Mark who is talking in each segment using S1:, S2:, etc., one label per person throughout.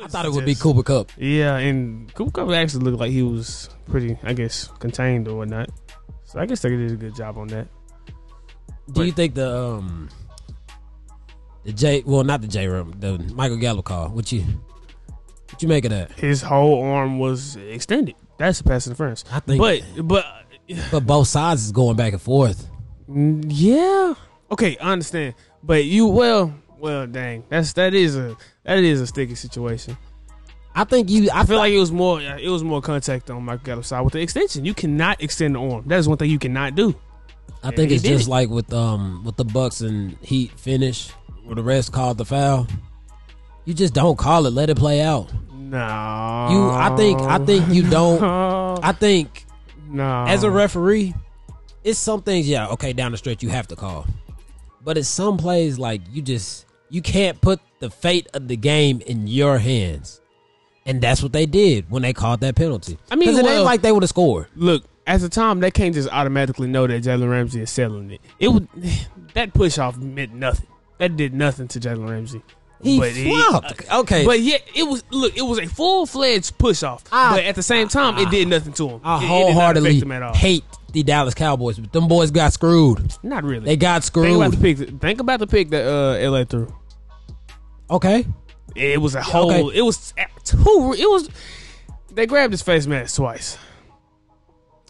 S1: I thought it would be Cooper Cup.
S2: Yeah, and Cooper Cup actually looked like he was pretty, I guess, contained or whatnot. So I guess they did a good job on that.
S1: Do you think the um the J well not the J room the Michael Gallup call? What you what you make of that?
S2: His whole arm was extended. That's the pass interference.
S1: I think-
S2: but but
S1: But both sides is going back and forth.
S2: mm, yeah, okay, I understand. But you well, well, dang, that's that is a that is a sticky situation.
S1: I think you.
S2: I
S1: I
S2: feel
S1: feel like
S2: like it was more it was more contact on Michael Gallup's side with the extension. You cannot extend the arm. That is one thing you cannot do.
S1: I think
S2: he
S1: it's
S2: did
S1: just
S2: it.
S1: like with um with the Bucks and Heat finish where the rest called the foul. You just don't call it. Let it play out.
S2: No,
S1: You. I think. I think you don't. I think
S2: no,
S1: as a referee, it's some things. Yeah, okay, down the stretch you have to call, but it's some plays like you just you can't put the fate of the game in your hands, and that's what they did when they called that penalty.
S2: I mean,
S1: 'Cause it
S2: well-
S1: ain't like they would have scored.
S2: look at the time they can't just automatically know that Jalen Ramsey is selling it. It would that push off meant nothing. That did nothing to Jalen Ramsey.
S1: He
S2: But he-
S1: flopped. okay,
S2: But yeah, it was look. It was a full fledged push off,
S1: I-
S2: but at the same time, it did nothing to him. It-
S1: I
S2: it did not
S1: Ah. wholeheartedly
S2: affect him at all.
S1: hate the Dallas Cowboys, but them boys got screwed.
S2: Not really.
S1: They got
S2: think about
S1: screwed.
S2: the pick. Think about the pick that uh, LA threw.
S1: Okay,
S2: It was a whole. It was uh, two. It was. They grabbed his face mask twice.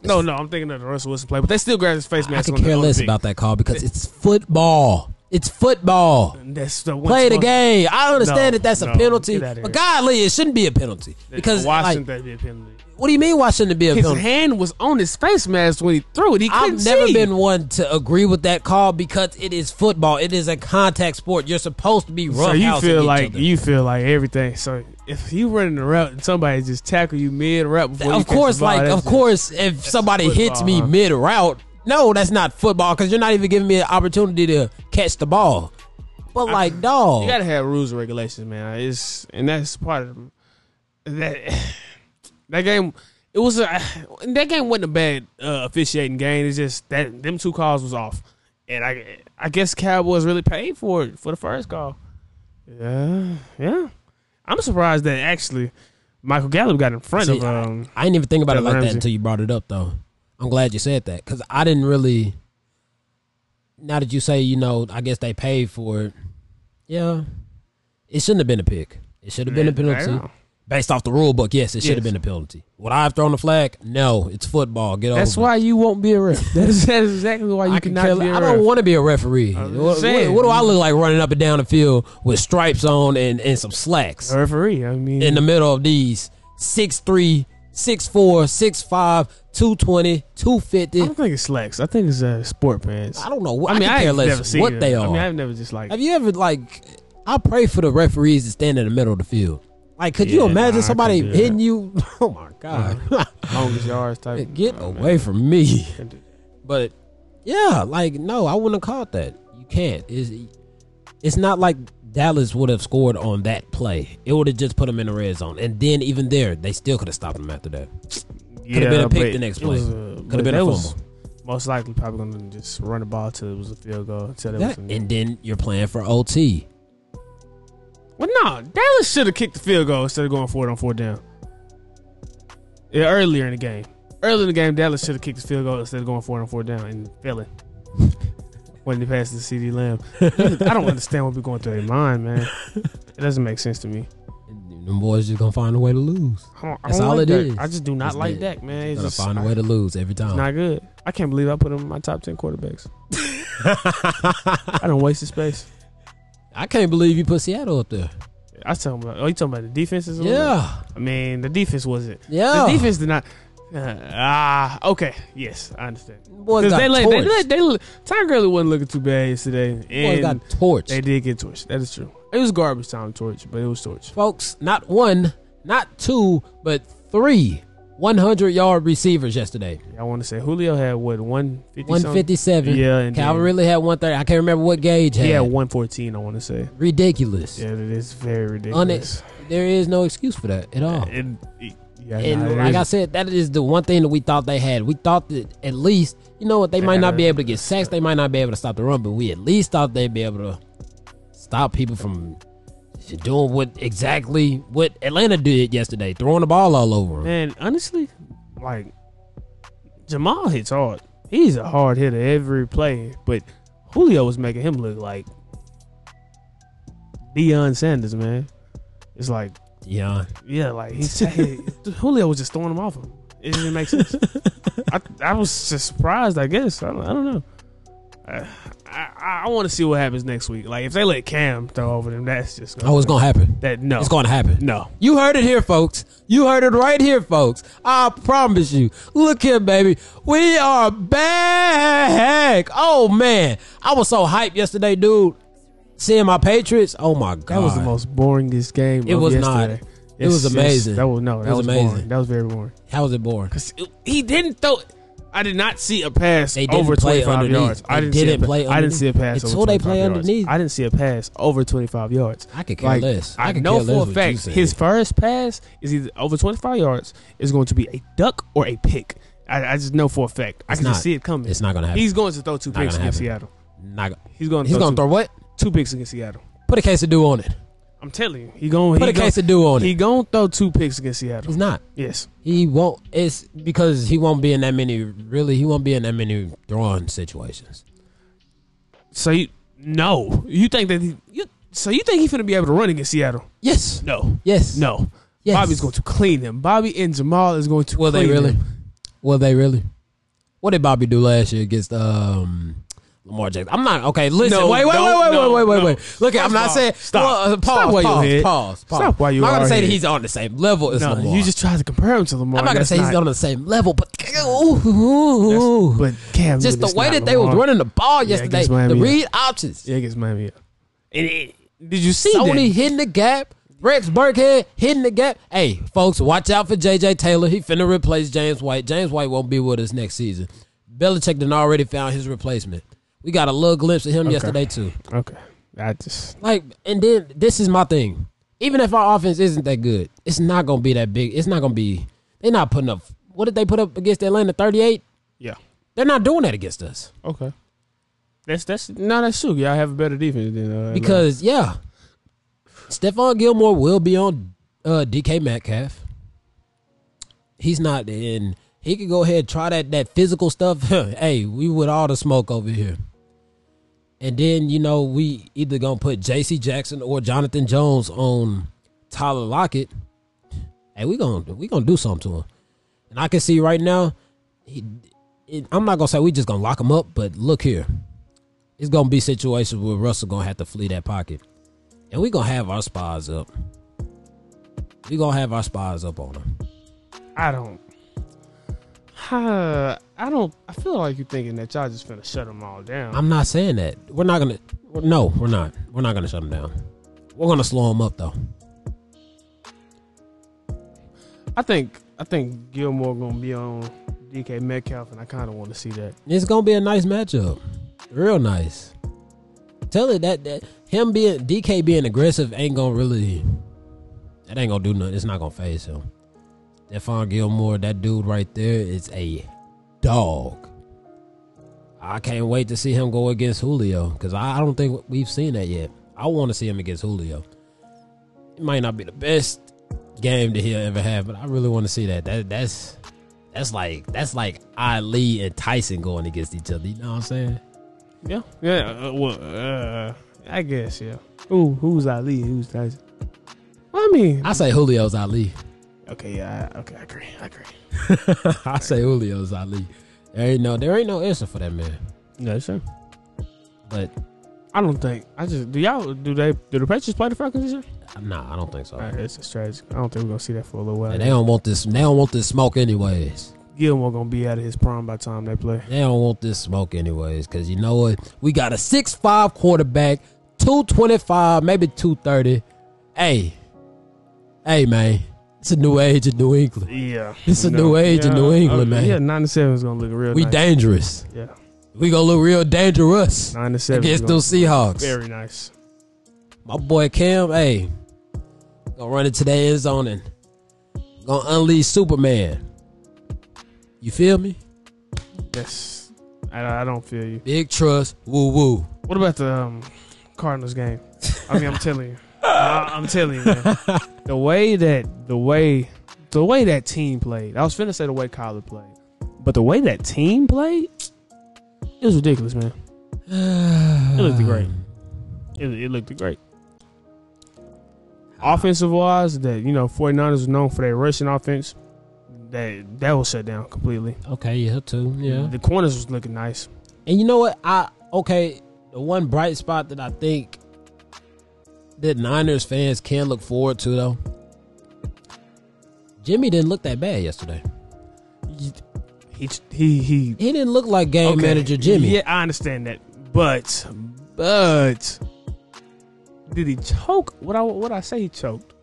S2: No, no, I'm thinking of the Russell Wilson play, but they still grabbed his face
S1: I
S2: mask.
S1: can
S2: on the-
S1: care
S2: on the
S1: less
S2: pick.
S1: about that call because it's football. It's football.
S2: That's the one
S1: play the
S2: spot-
S1: game. I understand
S2: No,
S1: that that's a
S2: no,
S1: penalty,
S2: get outta
S1: but
S2: here.
S1: godly, it shouldn't be a penalty because
S2: why
S1: like,
S2: shouldn't that be a penalty?
S1: what do you mean? Why shouldn't it be a
S2: His
S1: penalty?
S2: hand was on his face mask when he threw it. He couldn't
S1: I've never
S2: see.
S1: been one to agree with that call because it is football. It is a contact sport. You're supposed to be
S2: So
S1: rough.
S2: you feel like you feel like everything. So if you running the route and somebody just tackle you mid route before, you
S1: of
S2: catch
S1: course,
S2: the ball,
S1: like
S2: that's
S1: of
S2: just-
S1: course, if somebody hits
S2: football,
S1: me
S2: huh?
S1: mid route, no, that's not football because you're not even giving me an opportunity to catch the ball. But like, dog,
S2: you gotta have rules and regulations, man. It's and that's part of that. That game, it was a that game wasn't a bad uh, officiating game. It's just that them two calls was off, and I I guess Cowboys really paid for it for the first call. Yeah, yeah. I'm surprised that actually Michael Gallup got in front
S1: See,
S2: of um.
S1: I didn't even think about it
S2: Jalen
S1: like that
S2: Ramsey.
S1: until you brought it up, though. I'm glad you said that because I didn't really. Now that you say, you know, I guess they paid for it. Yeah, it shouldn't have been a pick. It should have been a penalty
S2: Yeah.
S1: based off the rule book. Yes, it should have
S2: Yes.
S1: been a penalty. Would I have thrown the flag? No, it's football. Get over.
S2: That's
S1: it.
S2: why you won't be a ref. That is, that is exactly why you
S1: I, can
S2: cannot
S1: care,
S2: be a ref.
S1: I don't want to be a referee. What,
S2: I'm
S1: what-
S2: saying.
S1: what do I look like running up and down the field with stripes on and, and some slacks?
S2: a referee. I mean,
S1: in the middle of these 6'3, 6'4, 6'5, 220, 250.
S2: I don't think it's slacks. I think it's uh, sport pants.
S1: I don't know. What,
S2: I mean, I,
S1: can care
S2: ain't
S1: less
S2: never seen
S1: what
S2: it.
S1: they are.
S2: I mean, I've never just like.
S1: Have you ever like? I pray for the referees to stand in the middle of the field. Like, could you
S2: Yeah, nah, I
S1: imagine
S2: couldn't
S1: somebody
S2: do that.
S1: hitting you? Oh my god!
S2: longest yards type.
S1: Get
S2: Oh, man.
S1: away from me!
S2: Can't do that.
S1: But yeah, like no, I wouldn't have called that. You can't. It's, it's not like Dallas would have scored on that play. It would have just put them in the red zone, and then even there, they still could have stopped them after that. Coulda been a pick
S2: but
S1: the next
S2: it was, uh,
S1: play. Coulda
S2: but
S1: been a
S2: that was
S1: fumble.
S2: Most likely, probably gonna just run the ball till it was a field goal. Until it
S1: That-
S2: was a-
S1: and then you're playing for OT.
S2: well, no, Dallas should have kicked the field goal instead of going for it on fourth down. Yeah, earlier in the game, earlier in the game, Dallas should have kicked the field goal instead of going for it on fourth down and failing. when they passed the CD Lamb, I don't understand what be going through their mind, man. It doesn't make sense to me.
S1: And Them boys just gonna find a way to lose.
S2: I don't, I
S1: That's
S2: don't
S1: all
S2: like
S1: it
S2: Dak.
S1: is.
S2: I just do not
S1: It's
S2: like
S1: that.
S2: Dak, man. It's
S1: Gonna
S2: just,
S1: find a way to lose every
S2: It's
S1: time.
S2: not good. I can't believe I put him in my top ten quarterbacks. I don't waste his space.
S1: I can't believe you put Seattle up there.
S2: I was talking about. Oh, you talking about the defenses? a little
S1: Yeah,
S2: bit? I mean, the defense wasn't.
S1: yeah.
S2: The defense did not. uh, Ah, okay. Yes, I understand.
S1: boys
S2: Because
S1: got
S2: they, let-
S1: torched.
S2: they, let- they, let- Ty Gurley wasn't looking too bad yesterday,
S1: boys
S2: and
S1: got torched.
S2: they did get torched. That is true. It was garbage time torch, but it was torch.
S1: folks, not one, not two, but three 100 yard receivers yesterday.
S2: I want to say Julio had what one fifty.
S1: 157.
S2: Yeah, and
S1: Calvin
S2: then-
S1: really had 130. I can't remember what Gage had.
S2: He had one fourteen. I want to say.
S1: Ridiculous.
S2: Yeah, it is very
S1: On
S2: ridiculous.
S1: it, there is no excuse for that at all.
S2: And, it- yeah,
S1: and
S2: nah, it
S1: like
S2: is-
S1: I said, that is the one thing that we thought they had. We thought that at least, you know what, they,
S2: They
S1: might
S2: had
S1: not
S2: a-
S1: be able to get sacks. They might not be able to stop the run, but we at least thought they'd be able to stop people from doing what exactly what Atlanta did yesterday, throwing the ball all over him.
S2: And honestly, like Jamal hits hard. He's a hard hitter every play, but Julio was making him look like Deion Sanders, man. It's like,
S1: Yeah,
S2: yeah, like he's Julio was just throwing him off him. It didn't make sense. I, I was just surprised. I guess I, don't- I don't know. I I, I want to see what happens next week. Like if they let Cam throw over them, that's just
S1: oh, it's gonna happen.
S2: that no,
S1: It's gonna happen.
S2: no.
S1: You heard it here, folks. You heard it right here, folks. I promise you. Look here, baby. We are back. Oh man, I was so hyped yesterday, dude. Seeing my Patriots. Oh my god,
S2: That was the most boringest game.
S1: It
S2: of
S1: was not.
S2: yesterday.
S1: It was amazing.
S2: that was no.
S1: It
S2: That was,
S1: was amazing.
S2: Boring. That was very boring.
S1: How was it boring?
S2: Cause it- he didn't throw. I did not see a pass
S1: They didn't
S2: over
S1: play
S2: 25
S1: underneath.
S2: yards. I didn't,
S1: They didn't
S2: see a,
S1: play
S2: I didn't see a
S1: underneath.
S2: pass
S1: Until
S2: over
S1: they
S2: 25
S1: play
S2: yards.
S1: underneath.
S2: I didn't see a pass over 25 yards.
S1: I could care less. I
S2: I,
S1: could
S2: know
S1: care less
S2: for
S1: what
S2: a
S1: you
S2: fact
S1: said.
S2: his first pass is either over 25 yards is going to be a duck or a pick. I, I just know for a fact. I
S1: It's
S2: can
S1: not.
S2: just see it coming.
S1: It's not gonna happen.
S2: He's going to throw two
S1: Not
S2: picks
S1: gonna
S2: against
S1: happen.
S2: Seattle.
S1: Not gonna-
S2: He's going to
S1: he's
S2: throw,
S1: gonna throw what?
S2: two, two picks against Seattle.
S1: Put a case of do on it.
S2: I'm telling you, he going.
S1: Put
S2: he
S1: a case of do on
S2: Gonna, he
S1: it.
S2: going to throw two picks against Seattle.
S1: He's not.
S2: Yes.
S1: He won't. It's because he won't be in that many. Really, he won't be in that many throwing situations.
S2: So you no, you think that he, you so you think he's gonna be able to run against Seattle?
S1: Yes.
S2: No,
S1: Yes.
S2: no.
S1: Yes.
S2: Bobby's going to clean him. Bobby and Jamal is going to.
S1: Will they
S2: clean
S1: really?
S2: him.
S1: Will they really? What did Bobby do last year against um, Lamar Jackson? I'm not okay. Listen,
S2: No,
S1: wait, wait,
S2: no,
S1: wait, wait,
S2: no,
S1: wait, wait,
S2: no.
S1: wait. Look,
S2: First
S1: I'm not
S2: of all,
S1: saying
S2: stop.
S1: Well, uh, pause,
S2: Stop while
S1: pause,
S2: you're here.
S1: pause, pause.
S2: Stop while you
S1: I'm not gonna
S2: are
S1: say that
S2: here.
S1: he's on the same level as
S2: No,
S1: Lamar.
S2: you just tried to compare him to Lamar.
S1: I'm not gonna
S2: That's
S1: say he's on the same level, but
S2: that's- But Cam,
S1: just the
S2: Newton's
S1: way
S2: not
S1: that they was
S2: Lamar.
S1: running the ball
S2: Yeah,
S1: yesterday,
S2: against Miami,
S1: the
S2: yeah.
S1: read options,
S2: Yeah, against Miami. Yeah. And it, did you see
S1: Sony
S2: that?
S1: hitting the gap. Rex Burkhead hitting the gap. Hey, folks, watch out for J.J. Taylor. He finna replace James White. James White won't be with us next season. Belichick done already found his replacement. We got a little glimpse of him yesterday too.
S2: Okay, I just
S1: Like, and then this is my thing. Even if our offense isn't that good, it's not gonna be that big. It's not gonna be. They're not putting up. What did they put up against Atlanta? Thirty-eight.
S2: yeah.
S1: They're not doing that against us
S2: Okay. That's that's no, that's true. Y'all have a better defense than uh,
S1: because yeah, Stephon Gilmore will be on uh, DK Metcalf. He's not in. He could go ahead and try that that physical stuff. hey, we with all the smoke over here. And then you know we either gonna put J.C. Jackson or Jonathan Jones on Tyler Lockett. Hey, we gonna we gonna do something to him. And I can see right now, he, it, I'm not gonna say we just gonna lock him up, but look here, it's gonna be situations where Russell gonna have to flee that pocket, and we gonna have our spies up. We gonna have our spies up on him.
S2: I don't. Uh, I don't. I feel like you're thinking that y'all just finna shut them all down.
S1: I'm not saying that we're not gonna. we're- No, we're not. We're not gonna shut him down. We're gonna slow him up though.
S2: I think. I think Gilmore gonna be on DK Metcalf, and I kind of want to see that.
S1: It's gonna be a nice matchup, real nice. Tell it that that him being DK being aggressive ain't gonna really. That ain't gonna do nothing. It's not gonna phase him. Stephon Gilmore, that dude right there is a dog. I can't wait to see him go against Julio because I, I don't think we've seen that yet. I want to see him against Julio. It might not be the best game that he'll ever have, but I really want to see that. That that's that's like that's like Ali and Tyson going against each other. You know what I'm saying?
S2: Yeah. Yeah. Uh, well, uh, I guess. Yeah. Who? Who's Ali? Who's Tyson? I mean.
S1: I say Julio's Ali.
S2: okay. Yeah. I- Okay. I agree. I agree.
S1: I say Julio's Ali. There ain't no there ain't no answer for that man.
S2: No, sir.
S1: But
S2: I don't think. I just do y'all. Do they? Do the Patriots play the Falcons this year?
S1: nah, I don't think so.
S2: All right, that's just tragic. I don't think we're gonna see that for a little while.
S1: And they don't want this. They don't want this smoke anyways.
S2: Gilmore gonna be out of his prime by the time they play.
S1: They don't want this smoke anyways. Cause you know what? We got a six five quarterback, two twenty five, maybe two thirty. Hey, hey man, it's a new age in New England.
S2: Yeah,
S1: It's a new age in New England, man.
S2: Yeah, ninety-seven is gonna look real.
S1: We
S2: nice.
S1: dangerous.
S2: Yeah,
S1: We gonna look real dangerous
S2: ninety-seven is
S1: against
S2: gonna
S1: those Seahawks.
S2: look Very nice.
S1: my boy Cam, hey, gonna run into the end zone and gonna unleash Superman. You feel me?
S2: Yes, I, I don't feel you.
S1: Big trust, woo woo.
S2: What about the um, Cardinals game? I mean, I'm telling you, I- I'm telling you, man. the way that the way the way that team played, I was finna say the way Kyler played, but the way that team played, it was ridiculous, man. It looked great. It, it looked great. Offensive wise, that you know, 49ers are known for their rushing offense. That that was shut down completely.
S1: Okay, yeah, too. Yeah.
S2: the corners was looking nice.
S1: And you know what? I okay, the one bright spot that I think that Niners fans can look forward to though. Jimmy didn't look that bad yesterday.
S2: He he he.
S1: He didn't look like game
S2: okay.
S1: manager Jimmy.
S2: Yeah, I understand that, but but did he choke? What I what I say he choked?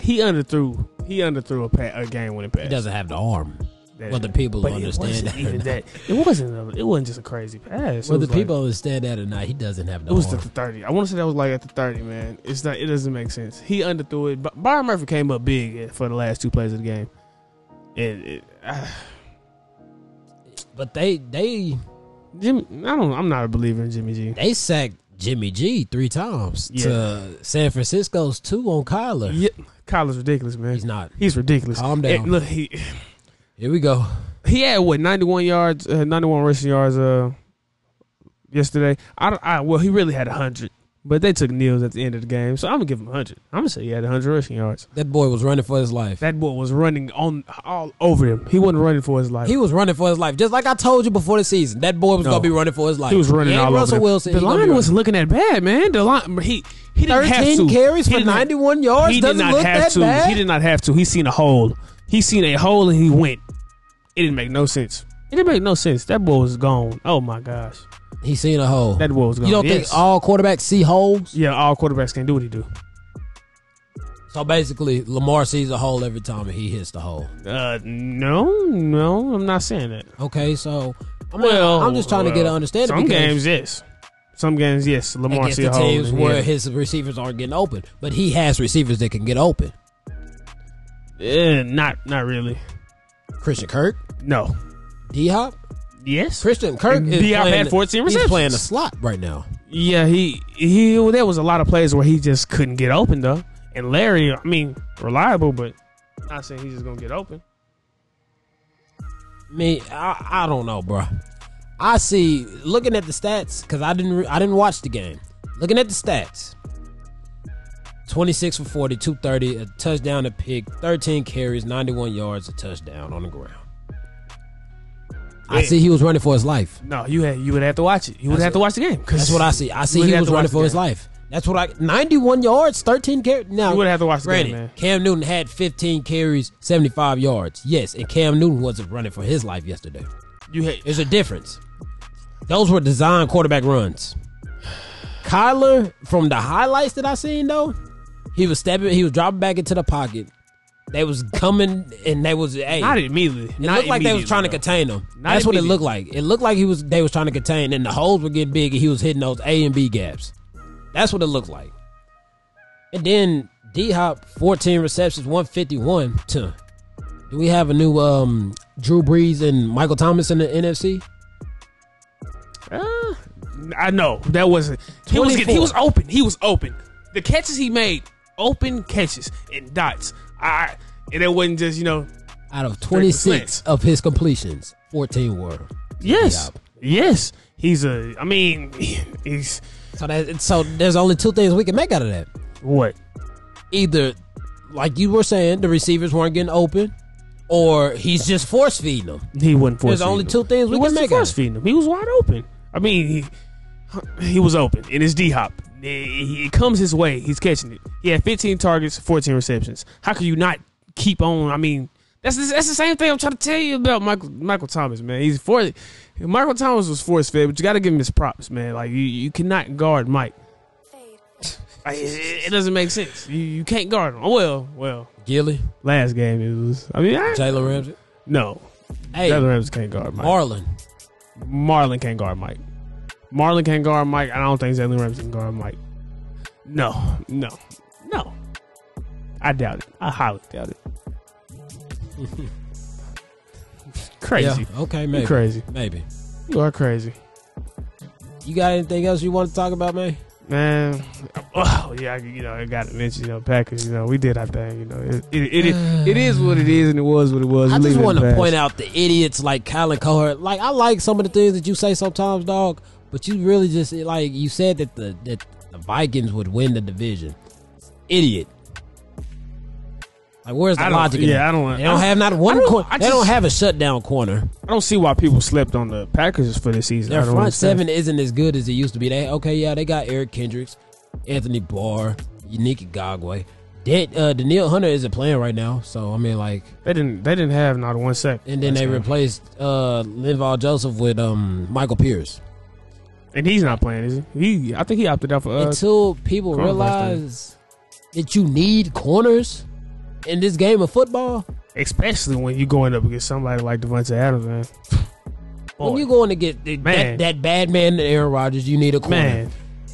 S2: He underthrew. He underthrew a, pa- a game winning pass.
S1: He doesn't have the arm.
S2: That-
S1: Whether people
S2: but
S1: understand
S2: it
S1: that or
S2: wasn't even
S1: not.
S2: that. It wasn't. A, it wasn't just a crazy pass. It
S1: Whether
S2: was like-
S1: people understand that or not, he doesn't have the
S2: It was
S1: arm.
S2: at the thirty. I want to say that was like at the thirty, man. It's not. It doesn't make sense. He underthrew it. But Byron Murphy came up big eh, for the last two plays of the game, and it, ah,
S1: but they they
S2: Jimmy. I don't. I'm not a believer in Jimmy G.
S1: they sacked Jimmy G three times to San Francisco's two on Kyler.
S2: Yeah, Kyler's ridiculous, man.
S1: He's not.
S2: He's ridiculous.
S1: Calm down.
S2: And look, he
S1: Here we go.
S2: he had what 91 yards, uh, 91 rushing yards uh yesterday. I, don't- I well, he really had 100, but they took kneels at the end of the game, so I'm gonna give him 100. I'm gonna say he had 100 rushing yards.
S1: That boy was running for his life.
S2: That boy was running on all over him. He wasn't running for his life.
S1: He was running for his life, just like I told you before the season. That boy was
S2: No.
S1: gonna be running for his life.
S2: He was running
S1: He ain't
S2: all over
S1: Russell
S2: them.
S1: Wilson.
S2: The
S1: he gonna be
S2: line
S1: running.
S2: wasn't looking that bad, man. The line he he didn't have to.
S1: thirteen carries
S2: He
S1: for
S2: didn't-
S1: ninety one yards.
S2: He did
S1: Doesn't
S2: not
S1: look
S2: have
S1: that
S2: to.
S1: bad.
S2: He did not have to. He seen a hole. He seen a hole and he went. It didn't make no sense. It didn't make no sense. That boy was gone. Oh my gosh,
S1: He seen a hole.
S2: that boy was gone.
S1: you don't
S2: Yes.
S1: think all quarterbacks see holes?
S2: Yeah, all quarterbacks can do what he do.
S1: So basically, Lamar sees a hole every time and he hits the hole.
S2: Uh, no, no, I'm not saying that.
S1: Okay, so I'm, not-
S2: Well,
S1: I'm just trying to get an
S2: well,
S1: understanding.
S2: Some
S1: because
S2: games, yes. Some games, yes. Lamar
S1: against
S2: see
S1: the
S2: a hole.
S1: teams
S2: and
S1: where
S2: yeah.
S1: his receivers aren't getting open, but he has receivers that can get open.
S2: Eh, not, not really.
S1: Christian Kirk,
S2: No.
S1: D Hop,
S2: Yes.
S1: Christian Kirk is
S2: D-Hop
S1: playing
S2: had 14
S1: He's playing the
S2: receptions.
S1: slot right now.
S2: Yeah, he he. Well, there was a lot of plays where he just couldn't get open though. And Larry, I mean, reliable, but not saying he's just gonna get open.
S1: Me, I, I don't know, bro. I see looking at the stats because I didn't re- I didn't watch the game. Looking at the stats, twenty six for 40, 230, a touchdown, a pick, thirteen carries, ninety one yards, a touchdown on the ground. I
S2: Yeah.
S1: see he was running for his life.
S2: No, you had you would have to watch it. You would
S1: That's
S2: have to watch the game.
S1: That's what I see. I see
S2: You
S1: he
S2: have
S1: was
S2: to
S1: running
S2: watch the
S1: for his
S2: game.
S1: life. That's what I. Ninety-one yards, thirteen carries. Now
S2: You would have to watch the game,
S1: Granted,
S2: man.
S1: Cam Newton had fifteen carries, seventy-five yards. Yes, and Cam Newton wasn't running for his life yesterday.
S2: you had.
S1: There's a difference. Those were designed quarterback runs. Kyler, from the highlights that I seen though, he was stepping, he was dropping back into the pocket. They was coming and they was hey,
S2: Not immediately.
S1: it looked like they was trying to contain him.
S2: Not
S1: That's what it
S2: immediately.
S1: looked like. It looked like he was they was trying to contain, and the holes were getting big, and he was hitting those A and B gaps. That's what it looked like. And then D Hop, fourteen receptions, one fifty one. Do we have a new um, Drew Brees and Michael Thomas in the NFC?
S2: Uh, I know that wasn't. He was getting, he
S1: 24.
S2: was open. He was open. The catches he made, open catches and dots. I and it wasn't just you know.
S1: Out of twenty six
S2: 30%.
S1: of his completions, fourteen were.
S2: Yes,
S1: Yeah.
S2: yes. He's a. I mean, he's
S1: So that so there's only two things we can make out of that.
S2: what?
S1: Either, like you were saying, the receivers weren't getting open, or he's just force feeding them.
S2: He wasn't force.
S1: There's only two things we
S2: he
S1: can
S2: wasn't
S1: make out
S2: force
S1: of it.
S2: feeding him. He was wide open. I mean, he, he was open in his D hop. It comes his way. He's catching it. He had 15 targets, 14 receptions. How can you not keep on? I mean, that's the, that's the same thing I'm trying to tell you about Michael Michael Thomas, man. He's for Michael Thomas was force fed, but you got to give him his props, man. Like you, you cannot guard Mike. Like, it- it, it doesn't make sense. You, you can't guard him. Well, well.
S1: Gilly,
S2: Last game it was. I mean, I,
S1: Jalen Ramsey.
S2: no.
S1: Hey,
S2: Jalen Ramsey can't guard Mike.
S1: Marlon.
S2: Marlon can't guard Mike. Marlon can't guard Mike. I don't think Jalen Ramsey can guard Mike. No, no, no. I doubt it. I highly doubt it. crazy.
S1: Yeah. Okay,
S2: You
S1: maybe.
S2: crazy.
S1: Maybe.
S2: You are crazy.
S1: You got anything else you want to talk about, man?
S2: Man, oh yeah, I- you know, I got to mention, you know, Packers, you know, we did our thing, you know, it it, it, it is what it is, and it was what it was.
S1: I
S2: We
S1: just
S2: leave it
S1: want
S2: in the
S1: to
S2: past.
S1: point out the idiots like Colin Cowherd. Like I like some of the things that you say sometimes, dog. But you really just like you said that the that the Vikings would win the division. Idiot. Like where's the
S2: I don't-
S1: logic? in
S2: yeah,
S1: that?
S2: I don't-
S1: They don't
S2: I-
S1: have not one.
S2: I don't-
S1: corner.
S2: I
S1: they don't
S2: just-
S1: have a shutdown corner.
S2: I don't see why people slept on the Packers for this season.
S1: Their
S2: I don't
S1: front
S2: understand.
S1: seven isn't as good as it used to be. They okay, yeah, they got Eric Kendricks, Anthony Barr, Unique Gagway. Dan, uh, Daniil Hunter isn't playing right now, so I mean, like,
S2: They didn't. They didn't have not one sack.
S1: and then
S2: last
S1: they
S2: game.
S1: replaced uh, Linval Joseph with um, Michael Pierce.
S2: and he's not playing, is he? He, I think he opted out for. Uh,
S1: Until people
S2: Corner's last name.
S1: realize that you need corners in this game of football,
S2: especially when you going up against somebody like Devontae Adams, man.
S1: when
S2: Boy,
S1: you're going to get that,
S2: Man.
S1: that, bad man, Aaron Rodgers, you need a corner.
S2: man,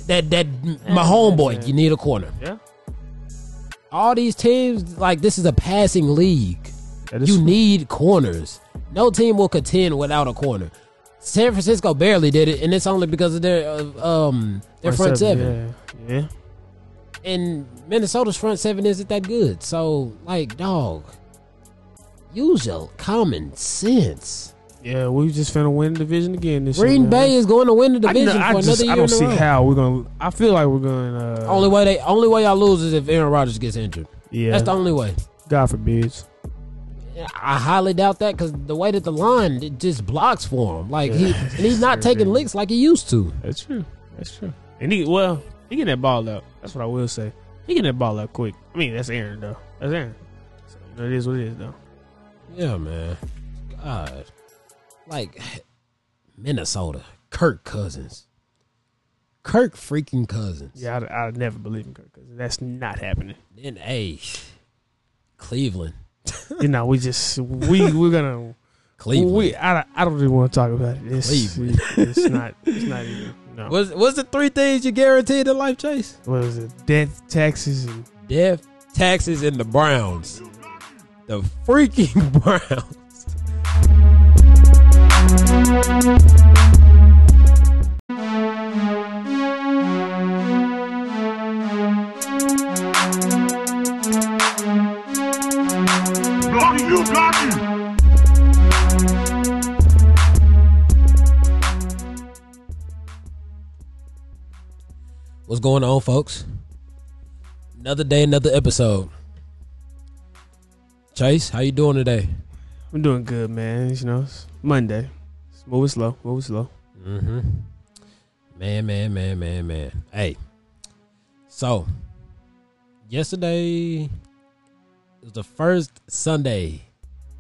S1: That that my homeboy, you need a corner.
S2: yeah,
S1: All these teams, like this is a passing league.
S2: that is,
S1: You need corners. No team will contend without a corner. San Francisco barely did it, and it's only because of their uh, um their front seven.
S2: Yeah, yeah.
S1: And Minnesota's front seven isn't that good. So, like, dog, use your common sense.
S2: Yeah, we just finna win the division again this year.
S1: Green
S2: man.
S1: Bay is going to win the
S2: I,
S1: division
S2: I
S1: for
S2: just,
S1: another
S2: I
S1: year
S2: don't see
S1: in a row.
S2: how we're gonna. I feel like we're gonna. Uh,
S1: Only way they only way y'all lose is if Aaron Rodgers gets injured.
S2: yeah,
S1: That's the only way.
S2: God forbid.
S1: I highly doubt that because the way that the line it just blocks for him, like he
S2: Yeah.
S1: and he's not
S2: Sure
S1: taking
S2: did.
S1: licks like he used to.
S2: That's true. That's true. And he well, he getting that ball up. That's what I will say. He getting that ball up quick. I mean, that's Aaron though. That's Aaron. So, you know, it is what it is though.
S1: Yeah, man. God. Like Minnesota. Kirk Cousins. Kirk freaking Cousins.
S2: Yeah, I, I never believe in Kirk Cousins. That's not happening.
S1: Then a Cleveland.
S2: you know, we just we we're gonna
S1: Cleveland.
S2: we I, I don't really want to talk about it. It's,
S1: Cleveland.
S2: it's not it's not even no. What,
S1: was was the three things you guaranteed in life, Chase?
S2: was it? Death, taxes, and
S1: Death, taxes, and the Browns. The freaking Browns.
S3: Bloody you got you!
S1: What's going on, folks? Another day, another episode. Chase, how you doing today?
S2: I'm doing good, man. You know, it's Monday. It's moving slow, moving slow.
S1: Mm-hmm. Man, man, man, man, man. Hey. So yesterday was the first Sunday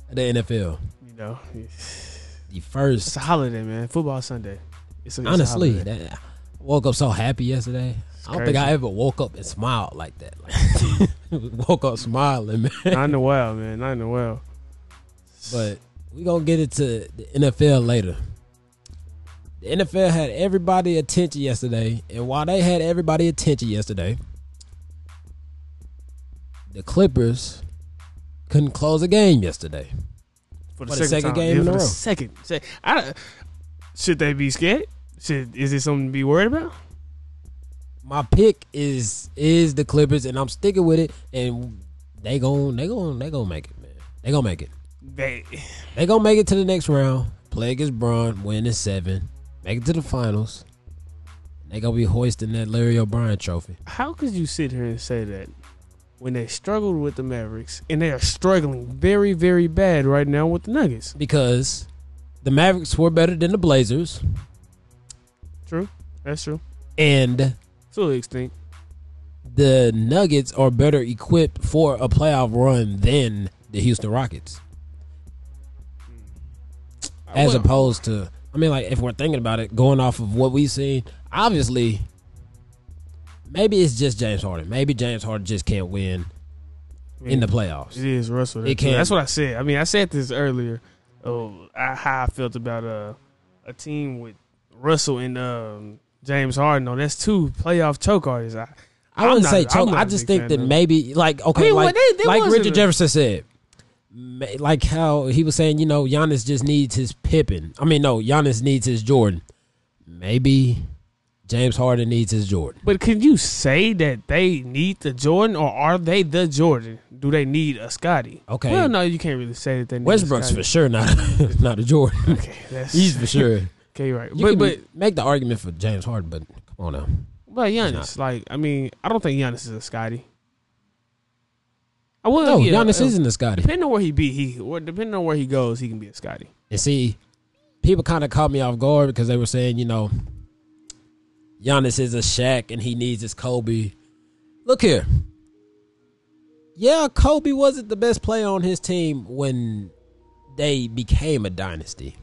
S1: of the NFL.
S2: You know, it's
S1: The first
S2: it's a holiday, man. Football Sunday. It's a, it's a
S1: honestly,
S2: holiday.
S1: that, I woke up so happy yesterday. I don't think
S2: crazy.
S1: I ever woke up and smiled like that. Like, woke up smiling, man.
S2: not in the wild, man. Not in the wild.
S1: But we gonna get into the NFL later. The NFL had everybody attention yesterday, and while they had everybody attention yesterday, the Clippers couldn't close a game yesterday.
S2: for
S1: the second game
S2: yeah,
S1: in
S2: for
S1: a
S2: the
S1: row.
S2: Second, sec- I don't- should they be scared? Should is it something to be worried about?
S1: My pick is is the Clippers, and I'm sticking with it. And they gon' they gon' they gonna make it, man. They gonna make it.
S2: They,
S1: They gonna make it to the next round. Play against Braun, win in seven, make it to the finals. They gonna be hoisting that Larry O'Brien trophy.
S2: how could you sit here and say that when they struggled with the Mavericks and they are struggling very, very bad right now with the Nuggets?
S1: because the Mavericks were better than the Blazers,
S2: True, that's true.
S1: and
S2: To an extent,
S1: the Nuggets are better equipped for a playoff run than the Houston Rockets, as
S2: Well,
S1: opposed to. I mean, like if we're thinking about it, going off of what we've seen, obviously, maybe it's just James Harden. Maybe James Harden just can't win
S2: I mean,
S1: in the playoffs.
S2: it is Russell.
S1: It
S2: That too.
S1: can-
S2: That's what I said. I mean, I said this earlier. Oh, I, how I felt about uh, a team with Russell and um, James Harden. No, that's two playoff choke artists. I,
S1: I wouldn't
S2: I'm
S1: say
S2: not- I'm
S1: choke.
S2: not
S1: I
S2: a
S1: just
S2: big
S1: think
S2: fan
S1: that
S2: of-
S1: maybe, like, okay,
S2: I mean,
S1: like,
S2: well, they- they
S1: like
S2: wasn't
S1: Richard
S2: a-
S1: Jefferson said, ma- like how he was saying, you know, Giannis just needs his Pippin. I mean, no, Giannis needs his Jordan. Maybe James Harden needs his Jordan.
S2: But can you say that they need the Jordan, or are they the Jordan? Do they need a Scotty?
S1: Okay.
S2: Well, no, you can't really say that they need
S1: Westbrook's
S2: a
S1: for sure not not a Jordan.
S2: for sure. Okay, that's
S1: He's for sure.
S2: okay, you're right.
S1: You
S2: but
S1: can
S2: but
S1: make the argument for James Harden, but come on now.
S2: but
S1: not.
S2: Giannis, like I mean, I don't think Giannis is a Scotty. I would.
S1: No,
S2: yeah,
S1: Giannis
S2: uh,
S1: isn't a Scotty.
S2: Depending on where he be, he or depending on where he goes, he can be a Scotty.
S1: And see, people kind of caught me off guard because they were saying, you know, Giannis is a Shaq and he needs his Kobe. Look here. Yeah, Kobe wasn't the best player on his team when they became a dynasty.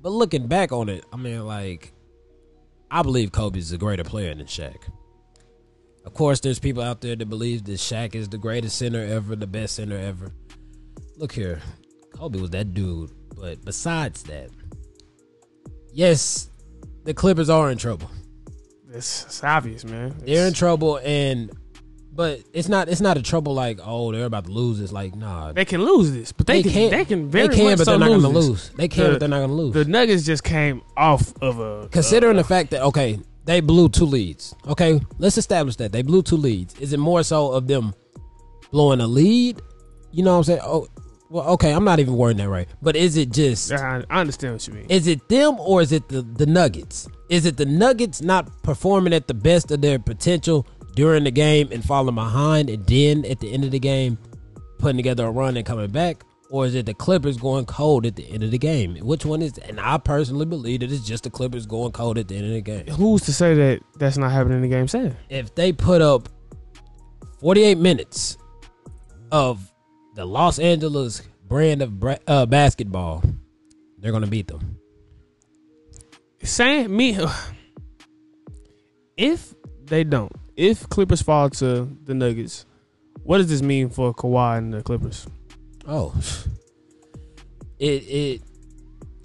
S1: But looking back on it, I mean, like, I believe Kobe's a greater player than Shaq. Of course, there's people out there that believe that Shaq is the greatest center ever, the best center ever. Look here, Kobe was that dude. But besides that, yes, the Clippers are in trouble.
S2: It's, it's obvious, man.
S1: They're in
S2: It's-
S1: trouble, and but it's not it's not a trouble like oh they're about to lose. It's like nah,
S2: they can lose this, but they, can, They can very
S1: they can,
S2: much
S1: but
S2: so
S1: they're not
S2: lose
S1: gonna
S2: this.
S1: lose. They can,
S2: The-
S1: but they're not gonna lose.
S2: The Nuggets just came off of a
S1: Considering the fact that okay, they blew two leads. Okay, let's establish that they blew two leads. Is it more so of them blowing a lead? You know what I'm saying? Oh, well, okay, I'm not even wording that right. But is it just
S2: I, I understand what you mean.
S1: Is it them or is it the, the Nuggets? Is it the Nuggets not performing at the best of their potential during the game and falling behind and then at the end of the game putting together a run and coming back? Or is it the Clippers going cold at the end of the game? Which one is and I personally believe that it's just the Clippers going cold at the end of the game.
S2: Who's to say that that's not happening in the game seven?
S1: If they put up 48 minutes of the Los Angeles brand of bra- uh, basketball, they're going to beat them.
S2: Saying me, if they don't, if Clippers fall to the Nuggets, what does this mean for Kawhi and the Clippers?
S1: Oh, it it.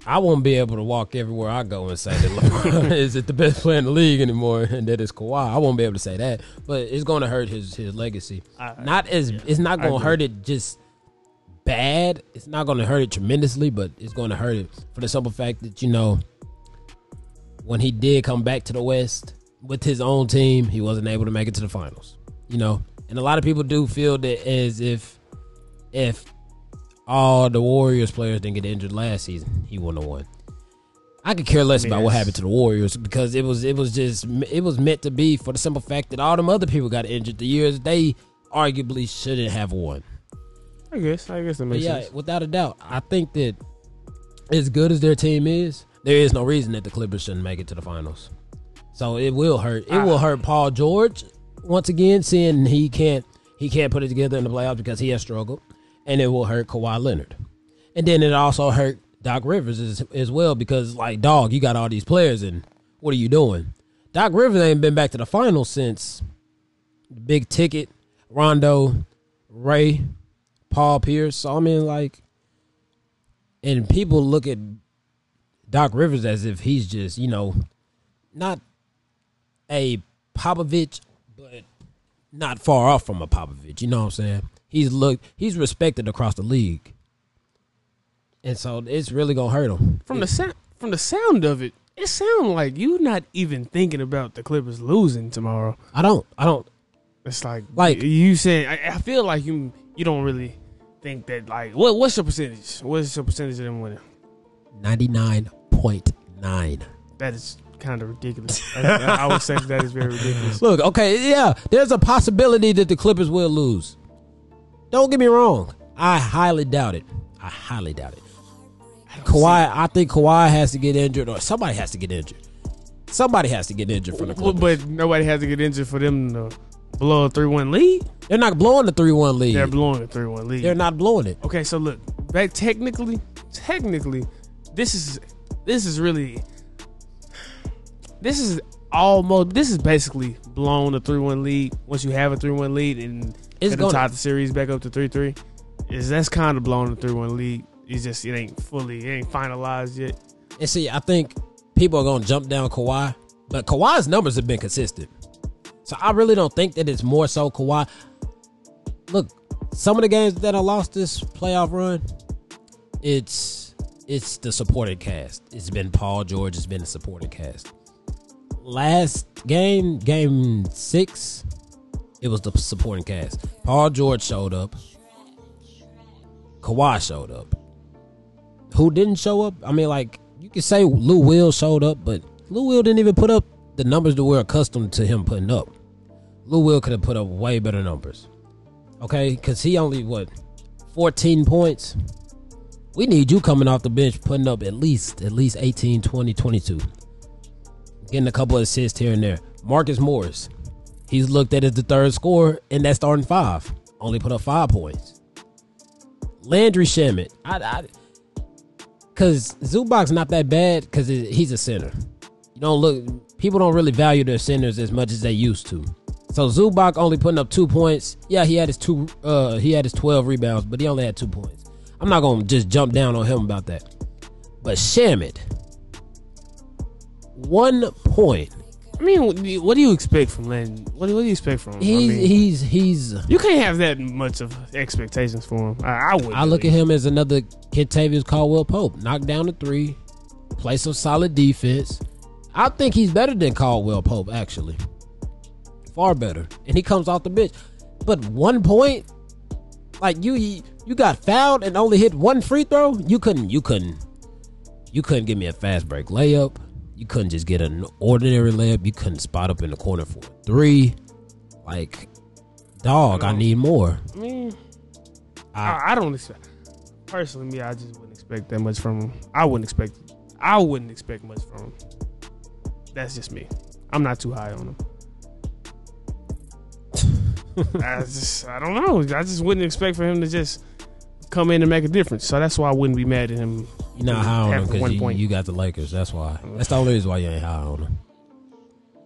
S1: I won't be able to walk everywhere I go and say that LeBron is it the best player in the league anymore, and that is Kawhi. I won't be able to say that, but it's going to hurt his his legacy.
S2: I-
S1: not as it's not
S2: I
S1: going to
S2: agree.
S1: hurt it just bad. It's not going to hurt it tremendously, but it's going to hurt it for the simple fact that you know when he did come back to the West with his own team, he wasn't able to make it to the finals. You know, and a lot of people do feel that as if if all the Warriors players didn't get injured last season, he wouldn't have won. I could care less
S2: I mean,
S1: about what
S2: it's-
S1: happened to the Warriors because it was it was just it was meant to be for the simple fact that all them other people got injured the years they arguably shouldn't have won.
S2: I guess. I guess that
S1: But
S2: makes
S1: yeah,
S2: sense.
S1: without a doubt, I think that as good as their team is, there is no reason that the Clippers shouldn't make it to the finals. So it will hurt. It will hurt Paul George once again, seeing he can't he can't put it together in the playoffs because he has struggled, and it will hurt Kawhi Leonard, and then it also hurt Doc Rivers as, as well because like dog, you got all these players, and what are you doing? Doc Rivers ain't been back to the finals since the big ticket Rondo, Ray, Paul Pierce. So I mean, like, and people look at Doc Rivers as if he's just, you know, not a Popovich, but not far off from a Popovich. You know what I'm saying? He's look, he's respected across the league, and so it's really gonna hurt him.
S2: From the sound, from the sound of it, it sounds like you not even thinking about the Clippers losing tomorrow.
S1: I don't, I don't.
S2: It's like
S1: Like-
S2: you said. I, I feel like you you don't really think that like what what's your percentage? What's your percentage of them winning?
S1: Ninety nine point nine.
S2: That is kind of ridiculous. I, I would say that is very ridiculous.
S1: Look, okay, yeah, there's a possibility that the Clippers will lose. Don't get me wrong. I highly doubt it. I highly doubt it. Kawhi, I think Kawhi has to get injured or somebody has to get injured. Somebody has to get injured from the
S2: Well,
S1: Clippers.
S2: but nobody has to get injured for them to blow a three one lead.
S1: They're not blowing the 3 1 lead.
S2: They're
S1: They're,
S2: blowing a three one lead.
S1: not blowing it.
S2: okay, so look, back technically, technically, this is this is really this is almost this is basically blown a three one lead. Once you have a three one lead and
S1: It's
S2: it's
S1: gonna-
S2: going tie the series back up to three three, is that's kind of blown a three one lead. It's just it ain't fully it ain't finalized yet.
S1: And see, I think people are going to jump down Kawhi, but Kawhi's numbers have been consistent. So I really don't think that it's more so Kawhi. Look, some of the games that I lost this playoff run, it's it's the supporting cast. It's been Paul George. It's been the supporting cast. last game, game six, it was the supporting cast. Paul George showed up. Kawhi showed up. Who didn't show up? I mean, like you could say Lou Will showed up, but Lou Will didn't even put up the numbers that we're accustomed to him putting up. Lou Will could have put up way better numbers. Okay, because he only what fourteen points. We need you coming off the bench, putting up at least at least 18, 20, 22. Getting a couple assists here and there. Marcus Morris, he's looked at as the third scorer in that starting five. Only put up five points. Landry Shamit, I, I, cause Zubac's not that bad because he's a center. You don't look, people don't really value their centers as much as they used to. So Zubac only putting up two points. Yeah, he had his two, uh, he had his twelve rebounds, but he only had two points. I'm not gonna just jump down on him about that. But Shamit, one point.
S2: I mean, what do you expect from Landon? What do, what do you expect from him? I
S1: He's
S2: mean,
S1: he's he's.
S2: you can't have that much of expectations for him. I, I would.
S1: I look at him as another Kentavious Caldwell Pope. Knock down the three, play some solid defense. I think he's better than Caldwell Pope actually, far better. And he comes off the bench, but one point, like you you got fouled and only hit one free throw. You couldn't you couldn't you couldn't give me a fast break layup. You couldn't just get an ordinary layup. You couldn't spot up in the corner for a three. Like, dog, I need more.
S2: I mean, I, I don't expect. Personally, me, I just wouldn't expect that much from him. I wouldn't expect. I wouldn't expect much from him. That's just me. I'm not too high on him. I just, I don't know. I just wouldn't expect for him to just come in and make a difference. So that's why I wouldn't be mad at him.
S1: You're not high
S2: Half
S1: on them
S2: one
S1: because you,
S2: point.
S1: you got the Lakers. That's why. That's the only reason why you ain't high on them.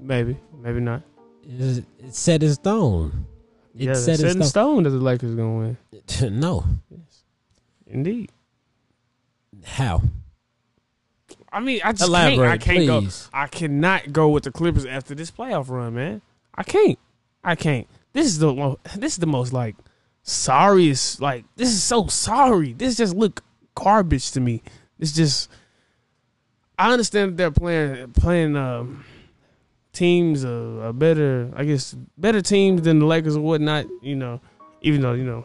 S2: Maybe, maybe not.
S1: It's, it's set in stone. It's
S2: yeah,
S1: set,
S2: set
S1: in
S2: in
S1: stone.
S2: stone that the Lakers gonna win.
S1: no,
S2: Yes, indeed.
S1: how?
S2: I mean, I just
S1: Elaborate,
S2: can't. I can't
S1: please.
S2: go. I cannot go with the Clippers after this playoff run, man. I can't. I can't. This is the mo- this is the most like sorriest. Like this is so sorry. This just look garbage to me. It's just. I understand that they're playing playing um, teams uh, a better, I guess, better teams than the Lakers or whatnot. You know, even though you know,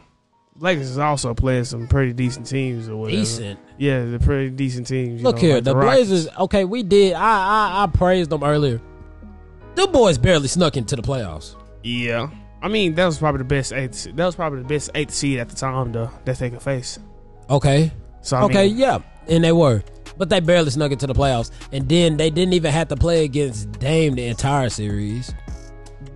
S2: Lakers is also playing some pretty decent teams or whatever.
S1: Decent.
S2: Yeah, they're pretty decent teams. you
S1: Look
S2: know,
S1: here,
S2: like
S1: the,
S2: Rockets.
S1: Blazers. Okay, we did. I, I I praised them earlier. The boys barely snuck into the playoffs.
S2: Yeah. I mean, that was probably the best eighth. se- That was probably the best eighth seed at the time, though, that they could face.
S1: Okay,
S2: So I
S1: okay,
S2: mean,
S1: yeah, and they were, but they barely snuck into the playoffs. And then they didn't even have to play against Dame the entire series.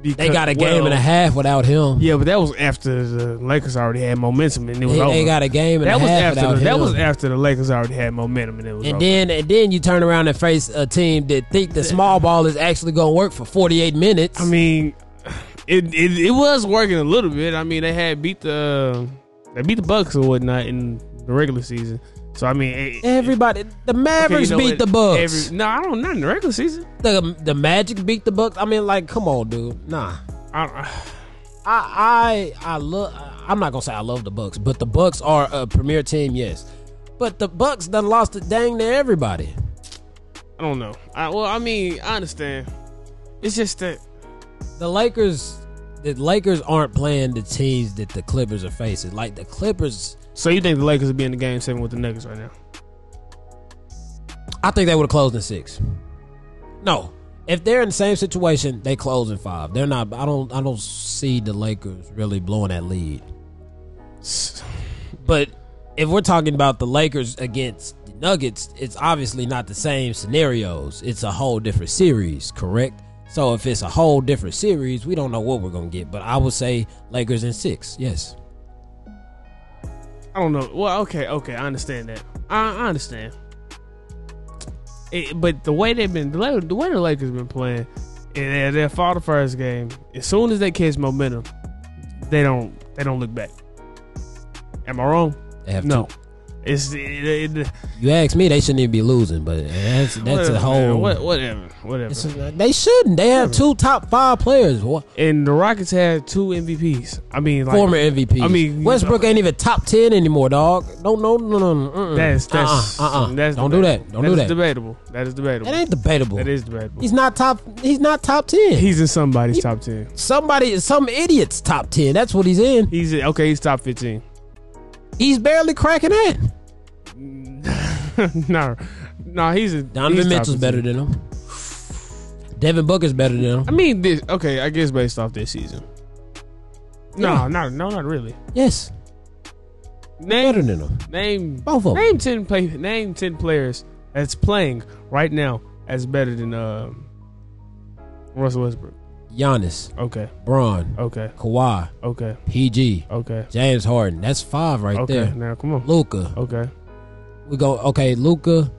S1: They
S2: because-
S1: got a
S2: well,
S1: game and a half without him.
S2: Yeah, but that was after the Lakers already had momentum and it was
S1: They,
S2: over.
S1: they got a game and
S2: that
S1: a
S2: was
S1: half
S2: after
S1: without
S2: the,
S1: him.
S2: that was after the Lakers already had momentum and it was
S1: And
S2: over.
S1: then and then you turn around and face a team that think the small ball is actually gonna work for forty eight minutes.
S2: I mean, it, it it was working a little bit. I mean, they had beat the they beat the Bucks or whatnot in the regular season. So I mean, it,
S1: everybody the
S2: okay, you
S1: Mavericks
S2: know
S1: beat
S2: what?
S1: the Bucks.
S2: Every- no, I don't. Not in the regular season.
S1: the the Magic beat the Bucks. I mean, like, come on, dude. Nah.
S2: I, I,
S1: I I I love I'm not gonna say I love the Bucks, but the Bucks are a premier team, yes. But the Bucks done lost to dang near everybody.
S2: I don't know. I, well, I mean, I understand. It's just that
S1: the Lakers the Lakers aren't playing the teams that the Clippers are facing. Like the Clippers
S2: So you think the Lakers will be in the game seven with the Nuggets right now?
S1: I think they would have closed in six. No, if they're in the same situation, they close in five. They're not. I don't. I don't see the Lakers really blowing that lead. But if we're talking about the Lakers against the Nuggets, it's obviously not the same scenarios. It's a whole different series, correct? So if it's a whole different series, we don't know what we're gonna get. But I would say Lakers in six. Yes.
S2: I don't know. Well, okay, okay, I understand that. I, I understand. It, but the way they've been, the, La- the way the Lakers been playing, and they they fall the first game. As soon as they catch momentum, they don't they don't look back. Am I wrong?
S1: They have
S2: no.
S1: two.
S2: It's it, it,
S1: You ask me, they shouldn't even be losing, but that's that's
S2: whatever,
S1: a whole.
S2: man. What, whatever, whatever.
S1: it's a- they shouldn't. They have two top five players, wha-
S2: and the Rockets had two MVPs. I mean, like,
S1: former MVP.
S2: I mean, you
S1: Westbrook ain't even top ten anymore, dog. Don't no no no. no mm-mm.
S2: That's that's
S1: uh-uh, uh-uh.
S2: that's
S1: don't do that. Don't do
S2: That's
S1: that.
S2: debatable. That is debatable.
S1: That ain't debatable.
S2: That is debatable.
S1: He's not top. He's not top ten.
S2: He's in somebody's top ten.
S1: Somebody, some idiot's top ten. That's what he's in.
S2: He's okay. He's top fifteen.
S1: He's barely cracking that.
S2: no, no, he's a
S1: Donovan
S2: he's top
S1: Mitchell's
S2: 15.
S1: better than him. Devin Booker's better than
S2: I
S1: him.
S2: mean, this okay. I guess based off this season. No,
S1: Yeah.
S2: no, no, not really.
S1: Yes, better
S2: Name,
S1: than him.
S2: name,
S1: Both of them.
S2: name ten play, name ten players that's playing right now that's better than uh, Russell Westbrook.
S1: Giannis,
S2: Okay,
S1: Braun,
S2: okay,
S1: Kawhi,
S2: okay,
S1: PG,
S2: okay,
S1: James Harden. That's five right
S2: okay.
S1: there.
S2: Now come on.
S1: Luca.
S2: Okay.
S1: We go. Okay, Luca.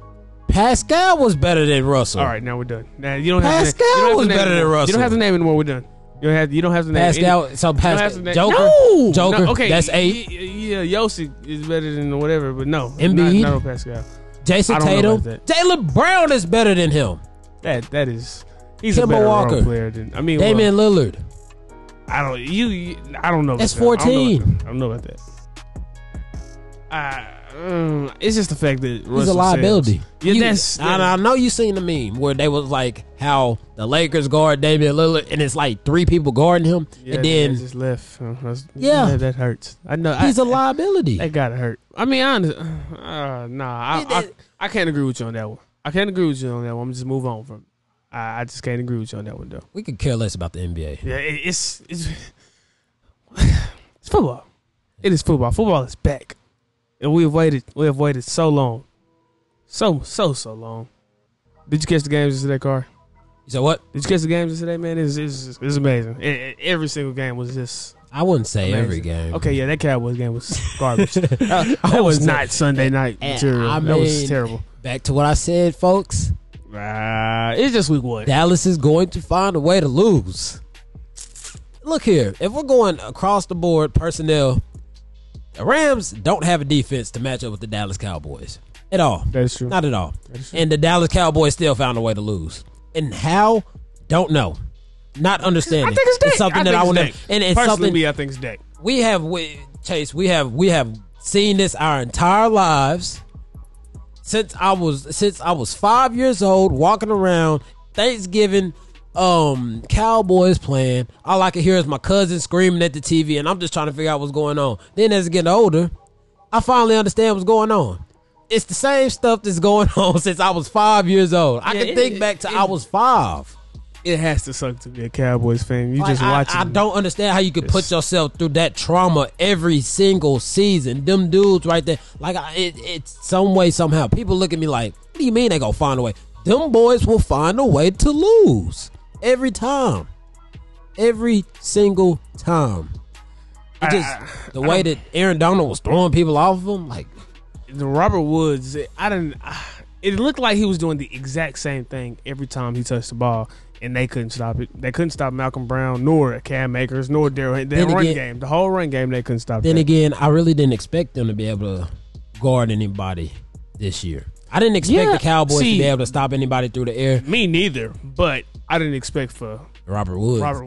S1: Pascal was better than Russell.
S2: All right, now we're done. Now you don't have
S1: Pascal
S2: to, you don't have
S1: was
S2: to name
S1: better than
S2: anymore. You
S1: Russell.
S2: don't have to name anymore. We're done. You don't have you don't have to name any-
S1: Pascal. So
S2: you don't have to
S1: Pascal.
S2: name-
S1: Joker.
S2: No!
S1: Joker.
S2: No, okay,
S1: That's eight.
S2: y- y- Yeah, Yossi is better than whatever, but no,
S1: Embiid?
S2: Not, not Pascal.
S1: Jason
S2: I don't know
S1: Tatum.
S2: about that.
S1: Jalen Brown is better than him.
S2: That that is he's a
S1: Kemba
S2: better role
S1: Walker.
S2: player than I mean. well,
S1: Damian Lillard.
S2: I don't you, you. I don't know. about
S1: That's
S2: that. I don't know
S1: 14.
S2: about that. I don't know about that. I, mm, it's just the fact that Russell
S1: He's a liability.
S2: Sells. Yeah,
S1: You-
S2: that's
S1: and I know you seen the meme where they was like how the Lakers guard Damian Lillard, and it's like three people guarding him,
S2: yeah,
S1: and then
S2: they just left. Uh, that's-
S1: Yeah.
S2: that, that hurts. I know.
S1: he's
S2: I,
S1: a liability.
S2: That gotta hurt. I mean, honestly, uh, nah, I,
S1: It-
S2: I,
S1: it-
S2: I can't agree with you on that one. I can't agree with you on that one. I'm just move on from. It. I, I just can't agree with you on that one though.
S1: we could care less about the NBA.
S2: Yeah, it, it's it's it's football. It is football. Football is back, and we have waited. We have waited so long, so so so long. Did you catch the games yesterday, Car?
S1: You said what?
S2: Did you catch the games yesterday, man? It's it's, it's amazing. E- e- every single game was just
S1: I wouldn't say
S2: Amazing.
S1: every game.
S2: okay. Yeah, that Cowboys game was garbage. Uh, that was not Sunday night
S1: And
S2: material.
S1: I
S2: that was
S1: mean-
S2: terrible.
S1: Back to what I said, folks.
S2: Uh, it's just week one.
S1: Dallas is going to find a way to lose. Look here, if we're going across the board personnel, the Rams don't have a defense to match up with the Dallas Cowboys at all.
S2: That's true.
S1: Not at all. And the Dallas Cowboys still found a way to lose. And how? Don't know. Not understanding.
S2: I think it's Dak.
S1: something
S2: I
S1: that
S2: think
S1: I
S2: it's
S1: would never.
S2: Dak.
S1: And it's
S2: Personally,
S1: something
S2: me, I think it's Dak.
S1: we have we, Chase. We have we have seen this our entire lives since I was since I was five years old, walking around Thanksgiving. Um, Cowboys playing. All I can hear is my cousin screaming at the TV, and I'm just trying to figure out what's going on. Then as I get older, I finally understand what's going on. It's the same stuff that's going on since I was five years old. I
S2: Yeah,
S1: can
S2: it-
S1: think
S2: it-
S1: back to
S2: it-
S1: I was five.
S2: It has to suck to be a Cowboys fan. You just
S1: Like, I-
S2: watching.
S1: I, don't understand how you could put
S2: Yes.
S1: yourself through that trauma every single season. Them dudes right there, like I, it, it's some way somehow. People look at me like, "What do you mean they gonna find a way?" Them boys will find a way to lose every time, every single time. It just the way that Aaron Donald was throwing people off of him, like
S2: the Robert Woods, I didn't. uh, It looked like he was doing the exact same thing every time he touched the ball, and they couldn't stop it. They couldn't stop Malcolm Brown, nor Cam Akers, nor Daryl. The
S1: Then
S2: run
S1: again-
S2: game, the whole run game, they couldn't stop.
S1: Then
S2: that.
S1: again, I really didn't expect them to be able to guard anybody this year. I didn't expect
S2: Yeah,
S1: the Cowboys
S2: see-
S1: to be able to stop anybody through the air.
S2: me neither. But I didn't expect for
S1: Robert Woods.
S2: Robert Woods.